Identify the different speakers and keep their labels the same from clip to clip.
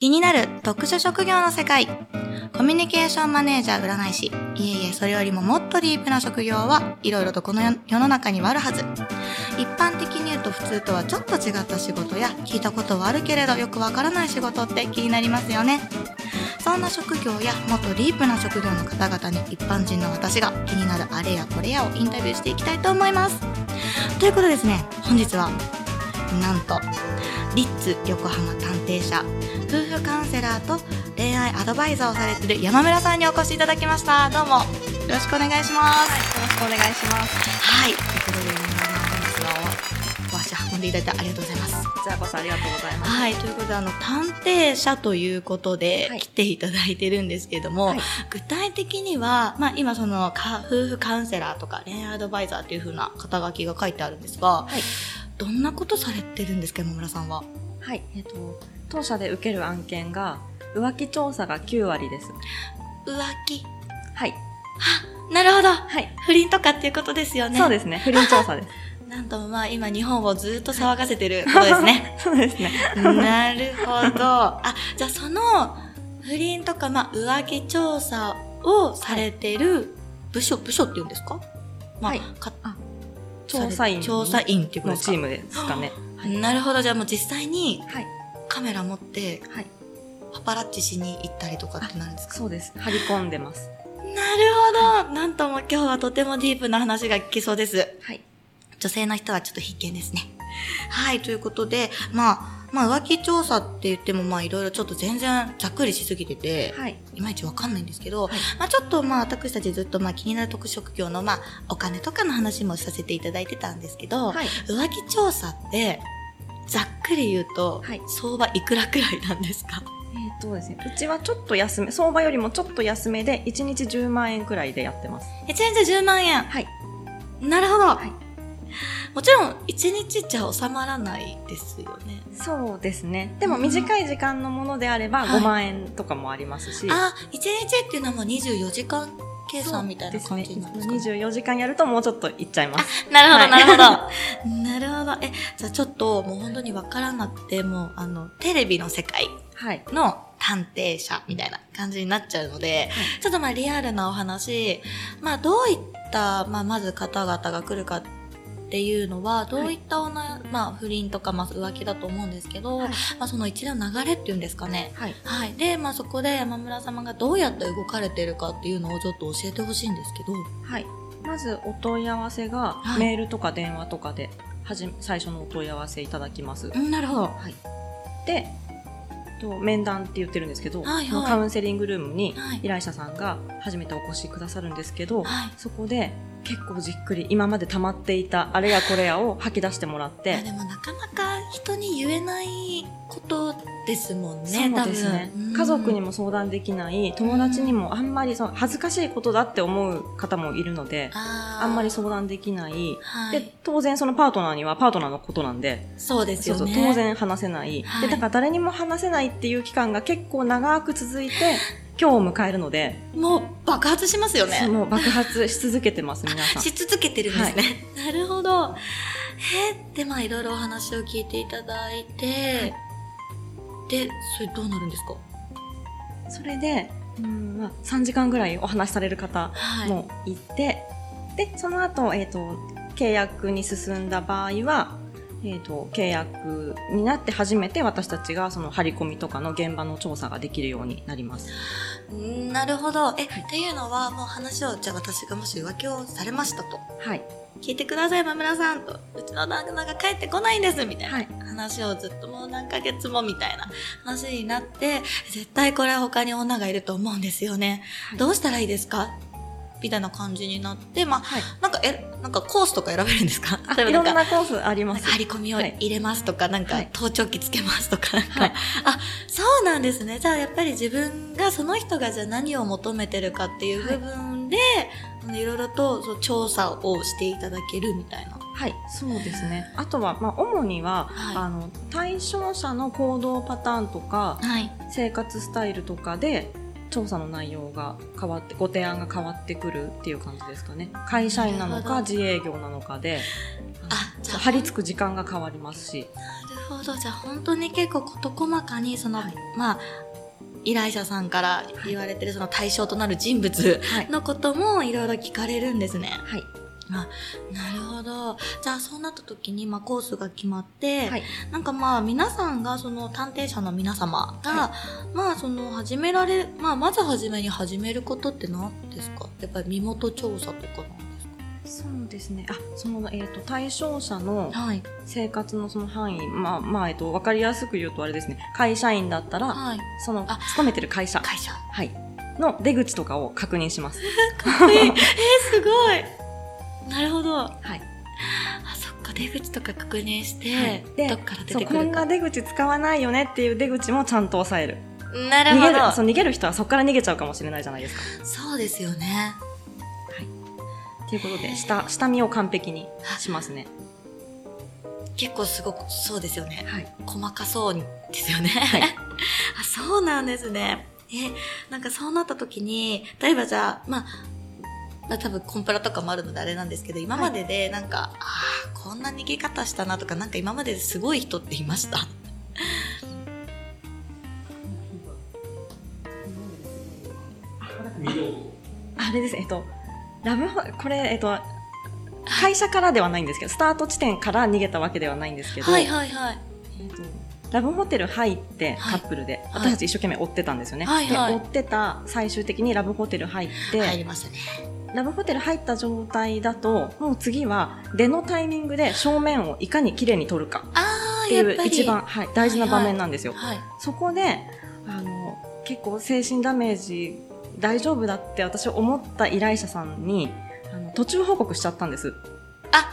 Speaker 1: 気になる特殊職業の世界。コミュニケーションマネージャー占い師。いえいえ、それよりももっとディープな職業はいろいろとこの世世の中にはあるはず。一般的に言うと普通とはちょっと違った仕事や聞いたことはあるけれどよくわからない仕事って気になりますよね。そんな職業やもっとディープな職業の方々に一般人の私が気になるあれやこれやをインタビューしていきたいと思います。ということでですね、本日はなんとリッツ横浜探偵社夫婦カウンセラーと恋愛アドバイザーをされている山村さんにお越しいただきましたどうもよろしくお願いします
Speaker 2: よろしくお願いします。
Speaker 1: はいということで山村さん本日はお足運んでいただいてありがとうございます
Speaker 2: こちらこそありがとうございます。
Speaker 1: はいということであの探偵社ということで
Speaker 2: はい
Speaker 1: 来ていただいてるんですけれども、
Speaker 2: はい
Speaker 1: 具体的には、まあ、今そのか夫婦カウンセラーとか恋愛アドバイザーというふうな肩書きが書いてあるんですが、
Speaker 2: はい
Speaker 1: どんなことされてるんですか山村さんは
Speaker 2: はい、えっ、と当社で受ける案件が浮気調査が9割です。
Speaker 1: 浮気
Speaker 2: はい、
Speaker 1: なるほど
Speaker 2: はい、
Speaker 1: 不倫とかっていうことですよね
Speaker 2: そうですね。 不倫調査です。
Speaker 1: なんとまあ今日本をずっと騒がせてることですね
Speaker 2: そうですね。
Speaker 1: なるほどあじゃあその不倫とかまあ浮気調査をされてる部署、部署って言うんですかまあ、
Speaker 2: はい
Speaker 1: か
Speaker 2: 調査員
Speaker 1: 調査員っていうこと
Speaker 2: の
Speaker 1: ですか
Speaker 2: チームですかね。
Speaker 1: なるほどじゃあもう実際に
Speaker 2: はい、
Speaker 1: カメラ持って
Speaker 2: はい、
Speaker 1: パパラッチしに行ったりとかってなるんですか
Speaker 2: そうです。張り込んでます。
Speaker 1: なるほどなんとも今日はとてもディープな話が聞けそうです
Speaker 2: はい、
Speaker 1: 女性の人はちょっと必見ですね。はい、ということで、まあ、まあ浮気調査って言ってもまあいろいろちょっと全然ざっくりしすぎてて、
Speaker 2: はい、
Speaker 1: い、まいちわかんないんですけど、
Speaker 2: はい
Speaker 1: まあちょっとまあ私たちずっとまあ気になる特殊職業のまあお金とかの話もさせていただいてたんですけど、
Speaker 2: はい。
Speaker 1: 浮気調査ってざっくり言うと、
Speaker 2: はい
Speaker 1: 相場いくらくらいなんですか
Speaker 2: えっとですね、うちはちょっと安め、相場よりもちょっと安めで、1日10万円くらいでやってます。
Speaker 1: ?1 日10万円。
Speaker 2: はい。
Speaker 1: なるほど。
Speaker 2: い
Speaker 1: もちろん1日じゃ収まらないですよね。
Speaker 2: そうですね。でも短い時間のものであれば、
Speaker 1: はい
Speaker 2: 5万円とかもありますし。
Speaker 1: あ、1日っていうのはもう24時間計算みたいな感じなんですか、
Speaker 2: ね、24時間やるともうちょっといっちゃいます
Speaker 1: なるほど、
Speaker 2: はい
Speaker 1: なるほど。なるほど。え、じゃあちょっともう本当にわからなくて、もうあの、テレビの世界
Speaker 2: はい
Speaker 1: の探偵者みたいな感じになっちゃうので、ちょっとまあリアルなお話、まあどういった、まあまず方々が来るかっていうのは、どういったおな、まあ不倫とかまあ浮気だと思うんですけど、
Speaker 2: はい
Speaker 1: まあその一連の流れっていうんですかね。
Speaker 2: はい
Speaker 1: はい、で、まあ、そこで山村様がどうやって動かれてるかっていうのをちょっと教えてほしいんですけど
Speaker 2: はいまずお問い合わせが
Speaker 1: はい
Speaker 2: メールとか電話とかではじめ最初のお問い合わせいただきます、
Speaker 1: うんなるほど
Speaker 2: はい、でと面談って言ってるんですけど、
Speaker 1: はいはい
Speaker 2: そのカウンセリングルームに
Speaker 1: はい
Speaker 2: 依頼者さんが初めてお越しくださるんですけど、
Speaker 1: はい
Speaker 2: そこで結構じっくり今まで溜まっていたあれやこれやを吐き出してもらっ
Speaker 1: い
Speaker 2: て
Speaker 1: やでもなかなか人に言えないことですもんね
Speaker 2: そうですね
Speaker 1: 多分、うん
Speaker 2: 家族にも相談できない友達にもあんまりその恥ずかしいことだって思う方もいるので
Speaker 1: あー
Speaker 2: あんまり相談できない、
Speaker 1: は
Speaker 2: で
Speaker 1: い、
Speaker 2: 当然そのパートナーにはパートナーのことなんで
Speaker 1: そうです
Speaker 2: そう
Speaker 1: よ
Speaker 2: そう
Speaker 1: ね
Speaker 2: 当然話せない、
Speaker 1: はい
Speaker 2: でだから誰にも話せないっていう期間が結構長く続 いて今日を迎えるので、
Speaker 1: もう爆発しますよね
Speaker 2: もう爆発し続けてます皆さん
Speaker 1: し続けてるんですね、 なるほどえー、でまあいろいろお話を聞いていただいて、でそれどうなるんですか
Speaker 2: それでうん、まあ、3時間ぐらいお話しされる方
Speaker 1: はい
Speaker 2: も行って、でその後、えっと契約に進んだ場合は、えっと契約になって初めて私たちがその張り込みとかの現場の調査ができるようになります。
Speaker 1: うんなるほど。え、っていうのは、もう話を、じゃあ私がもし浮気をされましたと。
Speaker 2: はい、
Speaker 1: 聞いてください、まむらさんと。うちの旦那が帰ってこないんです、みたいな。
Speaker 2: はい
Speaker 1: 話をずっともう何ヶ月もみたいな話になって、絶対これは他に女がいると思うんですよね。
Speaker 2: はい
Speaker 1: どうしたらいいですかみたいな感じになって、まあ、
Speaker 2: はい
Speaker 1: なんか、え、なんかコースとか選べるんですか
Speaker 2: あ
Speaker 1: 例え
Speaker 2: い
Speaker 1: ば
Speaker 2: ろ
Speaker 1: なん
Speaker 2: ん
Speaker 1: か、
Speaker 2: なコースありま
Speaker 1: なん
Speaker 2: す
Speaker 1: か。張り込みを
Speaker 2: はい
Speaker 1: 入れますとか、なん
Speaker 2: は
Speaker 1: か
Speaker 2: い
Speaker 1: 盗聴器つけますとか、なんか、
Speaker 2: はい
Speaker 1: あ、そうなんですね。じゃあやっぱり自分がその人がじゃあ何を求めてるかっていう
Speaker 2: は
Speaker 1: 部
Speaker 2: い
Speaker 1: 分で、あのいろいろとそう調査をしていただけるみたいな。
Speaker 2: はい、そうですね。あとは、まあ、主には、
Speaker 1: はい
Speaker 2: あの対象者の行動パターンとか
Speaker 1: はい。
Speaker 2: 生活スタイルとかで調査の内容が変わってご提案が変わってくるっていう感じですかね会社員なの
Speaker 1: なる
Speaker 2: か
Speaker 1: ほど
Speaker 2: 自営業なのかで
Speaker 1: あ、じゃあ、
Speaker 2: 張り付く時間が変わりますし
Speaker 1: なるほどじゃあ本当に結構事細かにその、
Speaker 2: はい
Speaker 1: まあ依頼者さんから言われてるその対象となる人物
Speaker 2: はい、
Speaker 1: のこともいろいろ聞かれるんですね。
Speaker 2: はい
Speaker 1: なるほど。じゃあそうなった時に、まあ、コースが決まって、
Speaker 2: はい
Speaker 1: なんかまあ皆さんがその探偵者の皆様が、
Speaker 2: は
Speaker 1: まあその始められ、まあ、まず初めに始めることって何ですかやっぱり身元調査とかなんです
Speaker 2: そうですねあその、えー、と対象者の
Speaker 1: かはい。
Speaker 2: 生活のその範囲、まあまあえっと、分かりやすく言うとあれですね会社員だったら、
Speaker 1: はい。
Speaker 2: その
Speaker 1: あ
Speaker 2: 勤めてる会社、
Speaker 1: 会社。
Speaker 2: はい、の出口とかを確認します。
Speaker 1: かっこいい。えー、すごい。なるほど。あ、
Speaker 2: はい
Speaker 1: そっか、出口とか確認して、
Speaker 2: はいで
Speaker 1: どっから出
Speaker 2: そう
Speaker 1: てく
Speaker 2: こ
Speaker 1: る
Speaker 2: ん
Speaker 1: か。
Speaker 2: な出口使わないよねっていう出口もちゃんと抑える
Speaker 1: なる
Speaker 2: 逃
Speaker 1: ほ
Speaker 2: げ
Speaker 1: ど
Speaker 2: る。そう逃げる人はそこから逃げちゃうかもしれないじゃないですか。
Speaker 1: そうですよね。
Speaker 2: ということで下下見を完璧にしますね。
Speaker 1: 結構すごく、そうですよね。
Speaker 2: はい、
Speaker 1: 細かそうですよね。
Speaker 2: い
Speaker 1: あそうなんですね。え、なんかそうなった時に、例えばじゃあ、まあ、まあ多分コンプラとかもあるのであれなんですけど、今まででなんか、ああ、こんな逃げ方したなとか、なんか今まですごい人っていました。
Speaker 2: あれですえっとラブホこれえっと会社からではないんですけどスタート地点から逃げたわけではないんですけど、
Speaker 1: はいはいはい。
Speaker 2: えっとラブホテル入ってカ
Speaker 1: はい
Speaker 2: ップルで、
Speaker 1: はい
Speaker 2: 私たち一生懸命追ってたんですよね、
Speaker 1: はいはい
Speaker 2: で追ってた最終的にラブホテル入って、
Speaker 1: 入りましたね。
Speaker 2: ラブホテル入った状態だともう次は出のタイミングで正面をいかに綺麗に撮るか
Speaker 1: あ
Speaker 2: っ
Speaker 1: あ、
Speaker 2: て
Speaker 1: や
Speaker 2: い
Speaker 1: っ
Speaker 2: う
Speaker 1: ぱり。
Speaker 2: 一番、はい、大事な場面なんですよ、
Speaker 1: はい。
Speaker 2: そこであの結構精神ダメージ大丈夫だって私思った依頼者さんにあの途中報告しちゃったんです
Speaker 1: あ、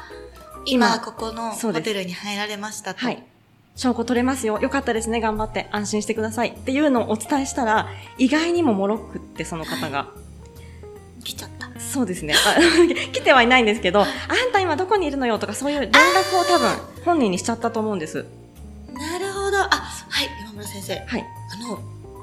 Speaker 1: 今、
Speaker 2: 今
Speaker 1: ここの
Speaker 2: そ
Speaker 1: ホ
Speaker 2: うです
Speaker 1: テルに入られましたと。
Speaker 2: はい。証拠取れますよ。よかったですね。頑張って。安心してください。っていうのをお伝えしたら、意外にももろくって、その方が。
Speaker 1: 来ちゃった。
Speaker 2: そうですね。あ 来てはいないんですけど、あんた今どこにいるのよとか、そういう連絡を多分、本人にしちゃったと思うんです。
Speaker 1: なるほど。あ、はい、今村先生。
Speaker 2: はい。
Speaker 1: あの、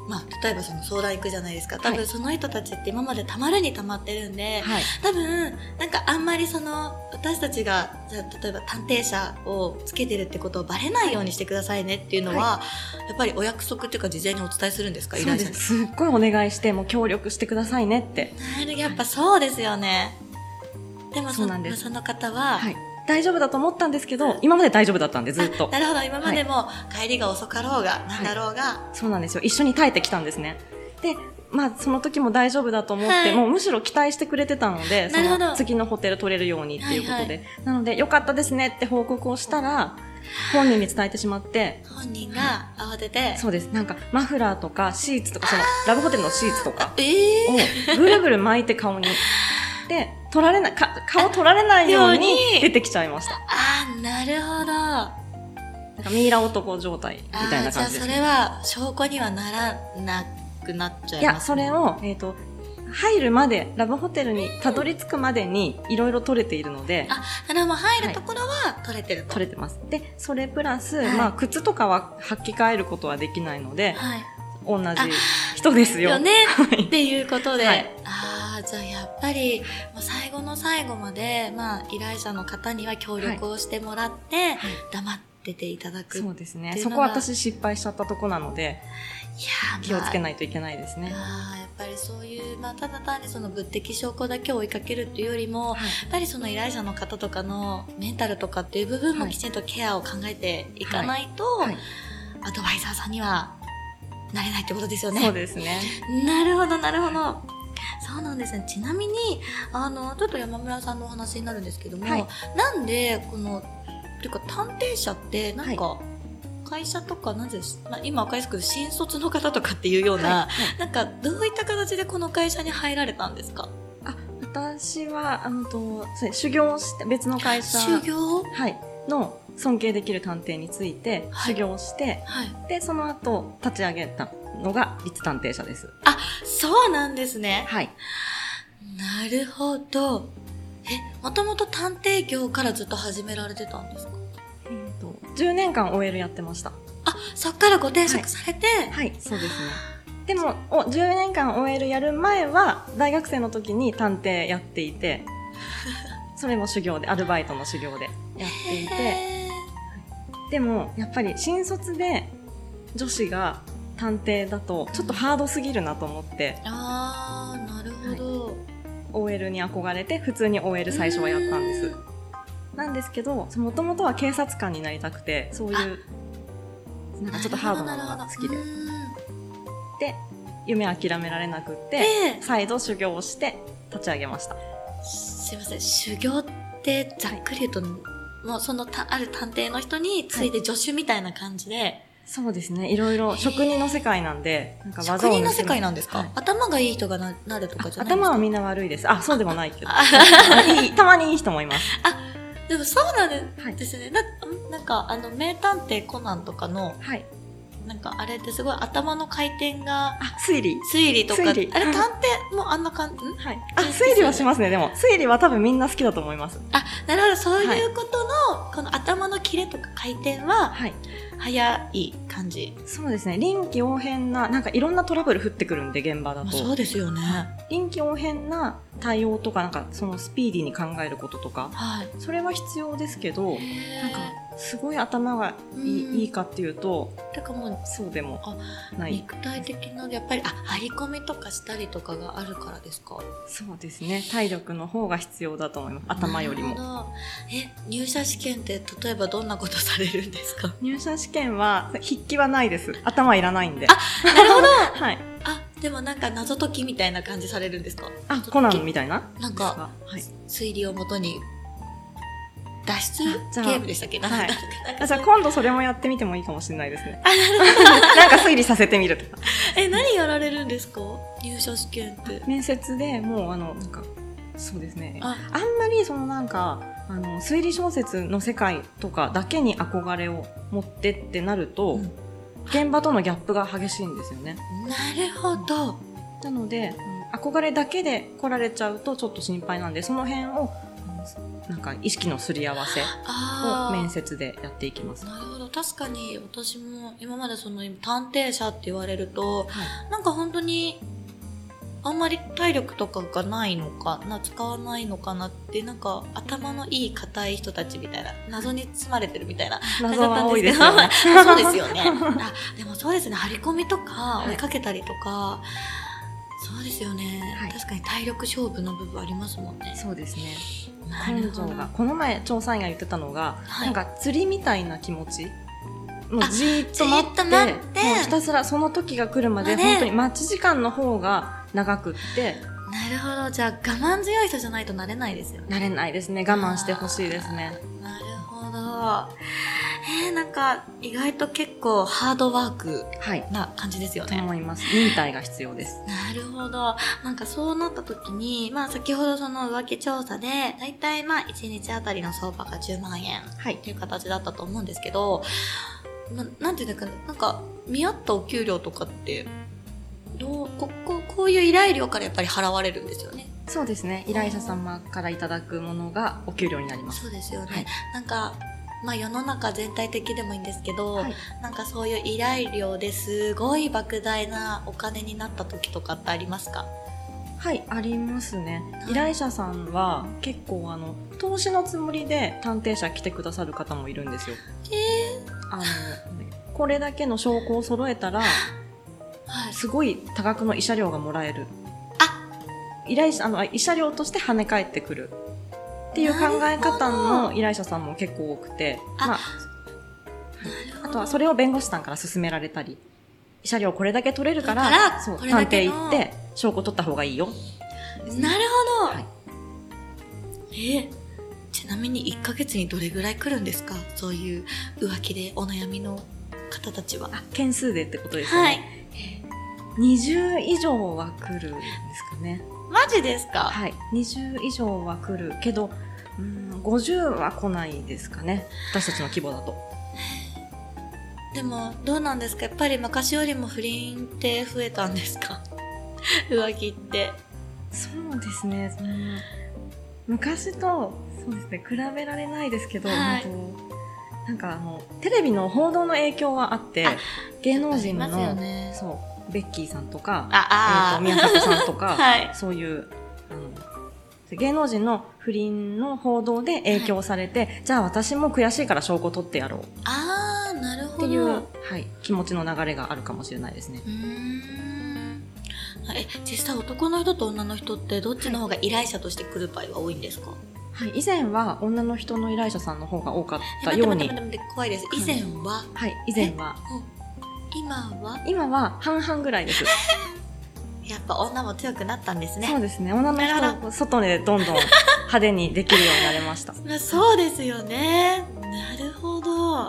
Speaker 1: まあ、例えばその相談行くじゃないですか。多
Speaker 2: は
Speaker 1: 分
Speaker 2: い
Speaker 1: その人たちって今までたまるにたまってるんで、
Speaker 2: はい。
Speaker 1: 多分、なんかあんまりその、私たちが、じゃあ例えば探偵者をつけてるってことをバレないようにしてくださいねっていうのは、やっぱりお約束っていうか事前にお伝えするんですか依
Speaker 2: そう
Speaker 1: 頼
Speaker 2: で
Speaker 1: 者に
Speaker 2: す。。すっごいお願いして、もう協力してくださいねって。
Speaker 1: なるやっぱそうですよね。でもそ
Speaker 2: そうなんです
Speaker 1: その方は、
Speaker 2: はい。大丈夫だと思ったんですけど、今まで大丈夫だったんで、ずっと
Speaker 1: な。るほど、今までも帰りが遅かろうが、なんだろうが、
Speaker 2: そうなんですよ。一緒に耐えてきたんですね。で、まあ、その時も大丈夫だと思って、
Speaker 1: はい
Speaker 2: もうむしろ期待してくれてたので、そ
Speaker 1: なるほど
Speaker 2: の次のホテル取れるようにっていうことで。
Speaker 1: はいは
Speaker 2: なので、良かったですねって報告をしたら、本人に伝えてしまって、
Speaker 1: 本人が慌てて、
Speaker 2: そうです。なんか、マフラーとか、シーツとか、その、ラブホテルのシーツとか
Speaker 1: ええ
Speaker 2: を、ぐるぐる巻いて顔に。で、取られない、か顔取られないよう
Speaker 1: よ
Speaker 2: に
Speaker 1: うに
Speaker 2: 出てきちゃいました。
Speaker 1: ああ、なるほど。
Speaker 2: なんか、ミイラ男状態み
Speaker 1: あ
Speaker 2: たいな感じ
Speaker 1: ー
Speaker 2: で
Speaker 1: じゃあ
Speaker 2: す
Speaker 1: そ。れは証拠にはならなくなっちゃ
Speaker 2: い
Speaker 1: いま
Speaker 2: や、
Speaker 1: す
Speaker 2: それを、えっ、と、入るまで、ラブホテルにたどり着くまでに、いろいろ取れているので、
Speaker 1: あだからもう入るところは取れてると、
Speaker 2: 取れてます。で、それプラス、
Speaker 1: はい
Speaker 2: まあ、靴とかは履き替えることはできないので、
Speaker 1: はい
Speaker 2: 同じ人ですよ。
Speaker 1: よね
Speaker 2: はい
Speaker 1: っていうことで、
Speaker 2: はい
Speaker 1: ああじゃあやっぱりもう最後の最後まで、まあ、依頼者の方には協力をしてもらって、
Speaker 2: はい
Speaker 1: 黙ってていただくい
Speaker 2: そ
Speaker 1: や
Speaker 2: うですね
Speaker 1: っ。ていう
Speaker 2: そ
Speaker 1: の
Speaker 2: こ
Speaker 1: が
Speaker 2: 私失敗しちゃったとこなので、
Speaker 1: ー
Speaker 2: 気をつけ
Speaker 1: ま
Speaker 2: ないといけないですね。
Speaker 1: ああーやっぱりそういう、まあ、ただ単にその物的証拠だけを追いかけるっていうよりも、
Speaker 2: はい
Speaker 1: やっぱりその依頼者の方とかのメンタルとかっていう部分も
Speaker 2: はい
Speaker 1: きちんとケアを考えていかないと、
Speaker 2: はい
Speaker 1: アドバイザーさんにはなれないってことですよね。
Speaker 2: そうですね。
Speaker 1: なるほど、なるほど。そうなんですね。ちなみに、あの、ちょっと山村さんのお話になるんですけども、
Speaker 2: はい
Speaker 1: なんで、この、ていうか探偵者って、なんか、会社とか、なぜ、まあ、今わかりやすく新卒の方とかっていうような、なんか、どういった形でこの会社に入られたんですか
Speaker 2: あ、私は、あのと、そう修行をして、別の会社、
Speaker 1: 修行
Speaker 2: はい、の尊敬できる探偵について、
Speaker 1: はい
Speaker 2: 修行をして、
Speaker 1: はい。
Speaker 2: で、その後、立ち上げたのが、立探偵社です。
Speaker 1: そうなんですね。
Speaker 2: はい。
Speaker 1: なるほど。え、もともと探偵業からずっと始められてたんですか
Speaker 2: えーと10年間 OL やってました
Speaker 1: あ、そっからご転職されて、
Speaker 2: はいそうですねでもお10年間 OL やる前は大学生の時に探偵やっていて それも修行でアルバイトの修行でやっていて
Speaker 1: へ
Speaker 2: でもやっぱり新卒で女子が探偵だとちょっとハードすぎるなと思って
Speaker 1: あーなるほど、
Speaker 2: OL に憧れて普通に OL 最初はやったんです
Speaker 1: う
Speaker 2: なんですけどもともとは警察官になりたくてそういうなんかちょっとハードなのが好きで
Speaker 1: なるほどなるほど
Speaker 2: で夢諦められなくっ
Speaker 1: うん
Speaker 2: て
Speaker 1: で
Speaker 2: 再度修行をして立ち上げました
Speaker 1: すいません修行ってざっくり言うと、もうそのたある探偵の人について助手みたいな感じで、
Speaker 2: そうですねいろいろ職人の世界なんでなんか技
Speaker 1: 職
Speaker 2: を
Speaker 1: 人の
Speaker 2: 盗む
Speaker 1: 世界なんですか、
Speaker 2: はい
Speaker 1: 頭がいい人がななるとかじゃないんです
Speaker 2: 頭
Speaker 1: か
Speaker 2: はみんな悪いです あそうでもないけど
Speaker 1: あ
Speaker 2: いいたまにいい人もいます
Speaker 1: でもそうなんで
Speaker 2: はい
Speaker 1: ですね、ななんかあの名探偵コナンとかの
Speaker 2: はい
Speaker 1: なんかあれってすごい頭の回転が
Speaker 2: あ推理
Speaker 1: 推理とかあ
Speaker 2: 推
Speaker 1: れ
Speaker 2: 理
Speaker 1: 探偵もあんな感じん
Speaker 2: はいあ推理はしますねでも推理は多分みんな好きだと思います
Speaker 1: あなるほどそういうことの、この頭のキレとか回転は
Speaker 2: はい
Speaker 1: 早い感じ、
Speaker 2: そうですね臨機応変ななんかいろんなトラブル降ってくるんで現場だ
Speaker 1: まあ、
Speaker 2: と、
Speaker 1: そうですよね
Speaker 2: 臨機応変な対応とかなんかそのスピーディーに考えることとか
Speaker 1: はい
Speaker 2: それは必要ですけど
Speaker 1: な
Speaker 2: なんかすごい頭がいい,、
Speaker 1: うん
Speaker 2: いいかっていうと
Speaker 1: てかもう
Speaker 2: そうでも
Speaker 1: あ
Speaker 2: ない
Speaker 1: 肉体的なやっぱりあ張り込みとかしたりとかがあるからですか
Speaker 2: そうですね体力の方が必要だと思います頭よりも
Speaker 1: なるほどえ入社試験って例えばどんなことされるんですか
Speaker 2: 入社試験は筆記はないです頭いらないんで
Speaker 1: なるほど
Speaker 2: はい
Speaker 1: あでもなんか謎解きみたいな感じされるんですか
Speaker 2: あコナンみたいな
Speaker 1: なん
Speaker 2: です
Speaker 1: か
Speaker 2: かはい
Speaker 1: 推理をもとに脱
Speaker 2: あじ
Speaker 1: 出
Speaker 2: ゃあ
Speaker 1: ゲームでしたっけなんか
Speaker 2: はい
Speaker 1: なんか
Speaker 2: あじゃあ今度それもやってみてもいいかもしれないですね。 なんか推理させてみるとか。
Speaker 1: え何やられるんですか入社試験って
Speaker 2: 面接でもうあのなんかそうですね。あ
Speaker 1: あ
Speaker 2: んまりそのなんかあの推理小説の世界とかだけに憧れを持ってってなると、
Speaker 1: うん
Speaker 2: 現場とのギャップが激しいんですよね。
Speaker 1: なるほど
Speaker 2: なのであの憧れだけで来られちゃうとちょっと心配なんでその辺をあのなんか意識のすり合わせ
Speaker 1: あ
Speaker 2: を
Speaker 1: ー
Speaker 2: 面接でやっていきます。
Speaker 1: なるほど確かに私も今までその探偵者って言われると、
Speaker 2: は
Speaker 1: なんか本当にあんまり体力とかがないのかな使わないのかなってなんか頭のいい硬い人たちみたいな謎に包まれてるみたいな
Speaker 2: 謎は多いですよね。
Speaker 1: そうですよね。あでもそうですね、張り込みとか
Speaker 2: い
Speaker 1: 追いかけたりとか、そうですよね、
Speaker 2: はい
Speaker 1: 確かに体力勝負の部分ありますもんね。
Speaker 2: そうですね。
Speaker 1: な
Speaker 2: 根
Speaker 1: る
Speaker 2: 性
Speaker 1: ほど
Speaker 2: がこの前調査員が言ってたのが、
Speaker 1: はい
Speaker 2: なんか釣りみたいな気持ちもう
Speaker 1: あ
Speaker 2: じーっと待って
Speaker 1: じーっと待って
Speaker 2: もうひたすらその時が来るまで
Speaker 1: あれ
Speaker 2: 本当に待ち時間の方が長くって
Speaker 1: なるほど、じゃあ我慢強い人じゃないとなれないですよね。
Speaker 2: 慣れないですね我慢してほしいですね
Speaker 1: なるほど。えー、なんか意外と結構ハードワーク
Speaker 2: はい
Speaker 1: な感じですよ
Speaker 2: と
Speaker 1: ね。
Speaker 2: 思います忍耐が必要です
Speaker 1: なるほど。なんかそうなった時に、まあ先ほどその浮気調査で、だいたいまあ1日あたりの相場が10万円
Speaker 2: はい
Speaker 1: っていう形だったと思うんですけど、ななんていうんだかなんか見合ったお給料とかってどうこここういう依頼料からやっぱり払われるんですよね。
Speaker 2: そうですね依頼者様からいただくものがお給料になります
Speaker 1: そうですよね。
Speaker 2: はい
Speaker 1: なんかまあ世の中全体的でもいいんですけど、
Speaker 2: はい
Speaker 1: なんかそういう依頼料ですごい莫大なお金になった時とかってありますか？
Speaker 2: はいありますね
Speaker 1: はい
Speaker 2: 依頼者さんは結構あの投資のつもりで探偵者来てくださる方もいるんですよ
Speaker 1: え
Speaker 2: あのこれだけの証拠を揃えたら
Speaker 1: ー、はい。
Speaker 2: すごい多額の慰謝料がもらえる
Speaker 1: あ
Speaker 2: 依頼者あの慰謝料として跳ね返ってくるっていう考え方の依頼者さんも結構多くて
Speaker 1: あ
Speaker 2: まあ、
Speaker 1: なるほ
Speaker 2: あ
Speaker 1: ど
Speaker 2: とはそれを弁護士さんから勧められたり慰謝料これだけ取れるから
Speaker 1: だから
Speaker 2: そう
Speaker 1: これ
Speaker 2: 探
Speaker 1: だけ
Speaker 2: 偵
Speaker 1: の
Speaker 2: 行って証拠取った方がいいよ
Speaker 1: なるほど、
Speaker 2: はい
Speaker 1: えちなみに1ヶ月にどれぐらい来るんですかそういう浮気でお悩みの方たちは。
Speaker 2: あ件数でってことですよね、
Speaker 1: はい。
Speaker 2: 20以上は来るんですかね
Speaker 1: マジですか、
Speaker 2: はい20以上は来るけどうん50は来ないですかね私たちの規模だと
Speaker 1: でもどうなんですかやっぱり昔よりも不倫って増えたんです か浮気って。
Speaker 2: そうですね。その昔と、そうですね、比べられないですけど、
Speaker 1: はい
Speaker 2: うんとなんかあの、テレビの報道の影響はあって
Speaker 1: あ、
Speaker 2: 芸能人
Speaker 1: ありますよ
Speaker 2: の、
Speaker 1: ね。
Speaker 2: そう、ベッキーさんとか、え
Speaker 1: あ
Speaker 2: ー、
Speaker 1: あ
Speaker 2: と宮迫さんとか、
Speaker 1: はい。
Speaker 2: そういう、あの、芸能人の不倫の報道で影響されて、じゃあ私も悔しいから証拠取ってやろうっ
Speaker 1: あ
Speaker 2: っていう、
Speaker 1: なる
Speaker 2: は
Speaker 1: ほ
Speaker 2: い、気持ちの流れがあるかもしれないですね。
Speaker 1: うーんえ実際男の人と女の人ってどっちの方が依頼者として来る場合は多いんですか、
Speaker 2: はい、以前は女の人の依頼者さんの方が多かっ
Speaker 1: え
Speaker 2: た
Speaker 1: 待って
Speaker 2: よう
Speaker 1: 待っ
Speaker 2: に
Speaker 1: て、待って待って怖いです以前は、
Speaker 2: はい、以前は
Speaker 1: 今は
Speaker 2: 今は半々ぐらいです。
Speaker 1: やっぱ女も強くなったんです
Speaker 2: そう
Speaker 1: ね
Speaker 2: ですね。女の人
Speaker 1: なる
Speaker 2: はこう外でどんどん派手にできるようになれ ました。
Speaker 1: まあそうですよねなるほど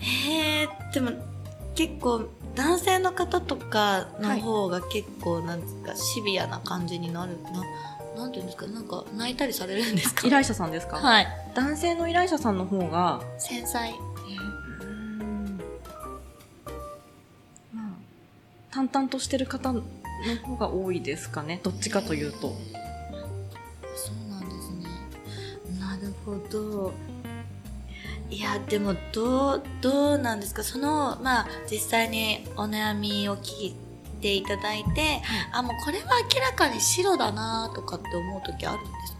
Speaker 1: へえでも結構男性の方とかの方が結構なんですか、シビアな感じになるななんていうんですかなんか泣いたりされるんですか
Speaker 2: 依頼者さんですか、
Speaker 1: はい
Speaker 2: 男性の依頼者さんの方が、
Speaker 1: 繊細
Speaker 2: まあ淡々としてる方の方が多いですかね。どっちかというと。
Speaker 1: そうなんですねなるほどいやでもどうどうなんですかそのまあ実際にお悩みを聞いていただいてあもうこれは明らかに白だなとかって思う時あるんですか、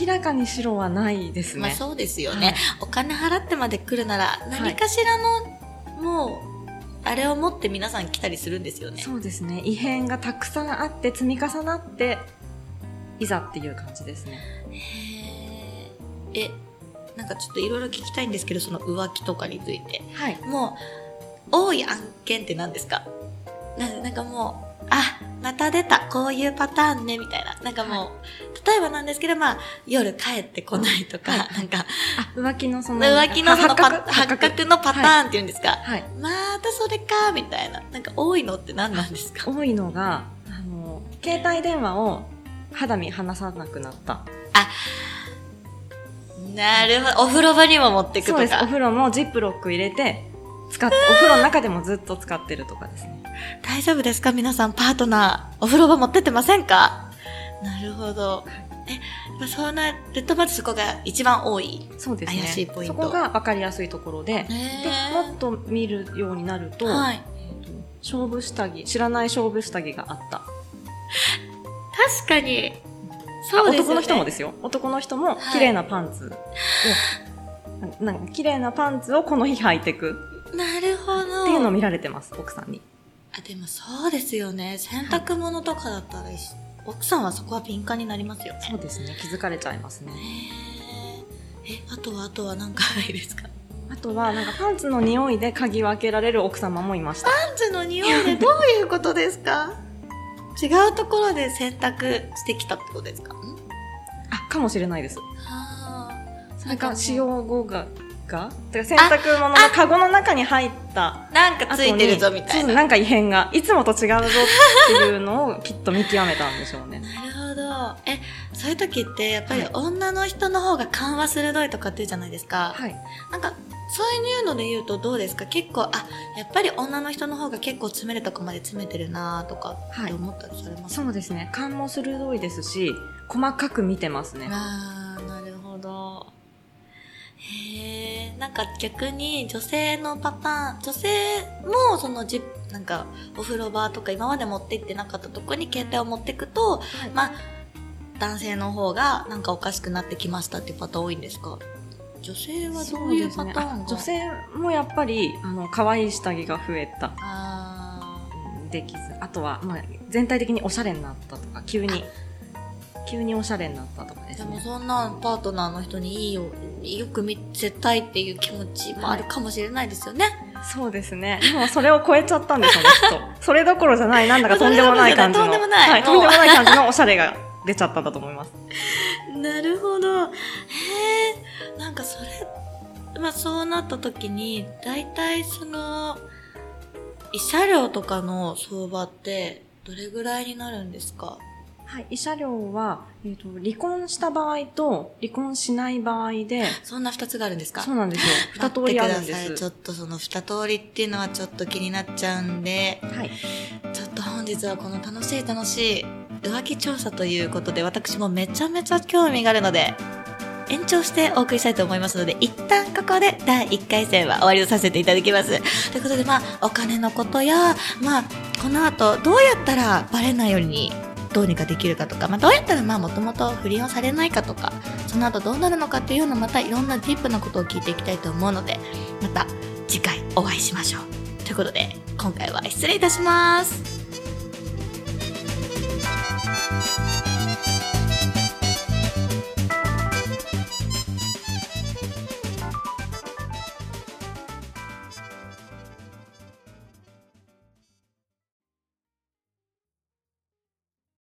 Speaker 2: 明らかに白はないですね。
Speaker 1: まあそうですよね、
Speaker 2: はい
Speaker 1: お金払ってまで来るなら何かしらの、もうあれを持って皆さん来たりするんですよね
Speaker 2: そうですね。異変がたくさんあって積み重なって、いざっていう感じですね。
Speaker 1: へーえなんかちょっといろいろ聞きたいんですけどその浮気とかについて
Speaker 2: はい。
Speaker 1: もう多い案件って何ですかななんかもうあまた出たこういうパターンねみたいななんかもう、例えばなんですけどまあ夜帰ってこないとか、
Speaker 2: はい
Speaker 1: なんか
Speaker 2: あ、浮気のその、
Speaker 1: 浮気のそのパ
Speaker 2: 発覚
Speaker 1: 発覚のパターンっていうんですか、
Speaker 2: はい。
Speaker 1: またそれかみたいななんか多いのって何なんですか
Speaker 2: 多いのが、あの、携帯電話を肌身離さなくなった。
Speaker 1: なるほどお風呂場にも持ってくと
Speaker 2: そうです。お
Speaker 1: か
Speaker 2: 風呂もジップロック入れて、使っ、お風呂の中でもずっと使ってるとかですね。
Speaker 1: 大丈夫ですか皆さんパートナーお風呂場持ってってませんかなるほどえやっぱそうなるとまずそこが一番多い
Speaker 2: そうですね。
Speaker 1: 怪しいポイント
Speaker 2: そこが分かりやすいところで、で、もっと見るようになると、
Speaker 1: はい
Speaker 2: 勝負下着、知らない勝負下着があった。
Speaker 1: 確かにそうですよね
Speaker 2: 男の人もですよ男の人も
Speaker 1: い
Speaker 2: 綺麗なパンツを、ななんか綺麗なパンツをこの日履いてく
Speaker 1: なるほど
Speaker 2: っていうのを見られてます奥さんに
Speaker 1: あでもそうですよね洗濯物とかだったら一緒奥さんはそこは敏感になりますよね
Speaker 2: そうですね気づかれちゃいますね
Speaker 1: へーえあとはあとは何かないですか
Speaker 2: あとはなんかパンツの匂いで鍵を開けられる奥様もいました
Speaker 1: パンツの匂いでどういうことです か違うところで洗濯してきたってことですか
Speaker 2: あかもしれないです
Speaker 1: あ
Speaker 2: それ
Speaker 1: なんか
Speaker 2: か
Speaker 1: ね
Speaker 2: 使用後ががてか洗濯物のカゴの中に入った
Speaker 1: なんか
Speaker 2: 後
Speaker 1: つ
Speaker 2: に
Speaker 1: いてるぞみたい
Speaker 2: そう
Speaker 1: な
Speaker 2: なんか異変がいつもと違うぞっていうのをきっと見極めたんでしょう ね
Speaker 1: なるほどえそういう時ってやっぱり
Speaker 2: はい
Speaker 1: 女の人の方が感は鋭いとかって言うじゃないですか、
Speaker 2: はい
Speaker 1: なんかそういうので言うとどうですか結構あやっぱり女の人の方が結構詰めるとこまで詰めてるなとかっ
Speaker 2: は
Speaker 1: て
Speaker 2: い
Speaker 1: 思ったりされます
Speaker 2: そうですね勘も鋭いですし細かく見てますね
Speaker 1: あーなるほどへえんか逆に女性のパターン女性もそのジッなんかお風呂場とか今まで持って行ってなかったとこに携帯を持っていくと、
Speaker 2: い
Speaker 1: まあ男性の方がなんかおかしくなってきましたっていうパターン多いんですか女性はどういうパターンが、
Speaker 2: 女性もやっぱりあの可愛い下着が増えた
Speaker 1: あ
Speaker 2: うんできずあとは、まあ、全体的におしゃれになったとか急に急におしゃれになったとか
Speaker 1: ー
Speaker 2: です
Speaker 1: でも
Speaker 2: ね
Speaker 1: そんなパートナーの人にいいよよく見せたいっていう気持ちもあるかもしれないですよね、
Speaker 2: そうですねでもそれを超えちゃったんですよねきっと それどころじゃないなんだかとんでもない感じの
Speaker 1: とんでもない
Speaker 2: はい、とんでもない感じのおしゃれが出ちゃったんだと思います
Speaker 1: なるほど。へえ。なんかそれ、まあそうなった時に、大体その、慰謝料とかの相場って、どれぐらいになるんですか
Speaker 2: はい慰謝料は、えー、と離婚した場合と離婚しない場合で
Speaker 1: そんな二つがあるんですか
Speaker 2: そうなんですよ二通りあるん
Speaker 1: 待ってく
Speaker 2: で
Speaker 1: ださい。ち
Speaker 2: す
Speaker 1: ょっとその二通りっていうのはちょっと気になっちゃうんで、
Speaker 2: はい
Speaker 1: ちょっと本日はこの楽しい楽しい浮気調査ということで、私もめちゃめちゃ興味があるので、延長してお送りしたいと思いますので、一旦ここで第1回戦は終わりとさせていただきます。ということで、まあ、お金のことや、まあ、この後、どうやったらバレないように、どうにかできるかとか、まあ、どうやったら、まあ、もともと不倫をされないかとか、その後どうなるのかっていうのまたいろんなディープなことを聞いていきたいと思うので、また、次回お会いしましょう。ということで、今回は失礼いたします。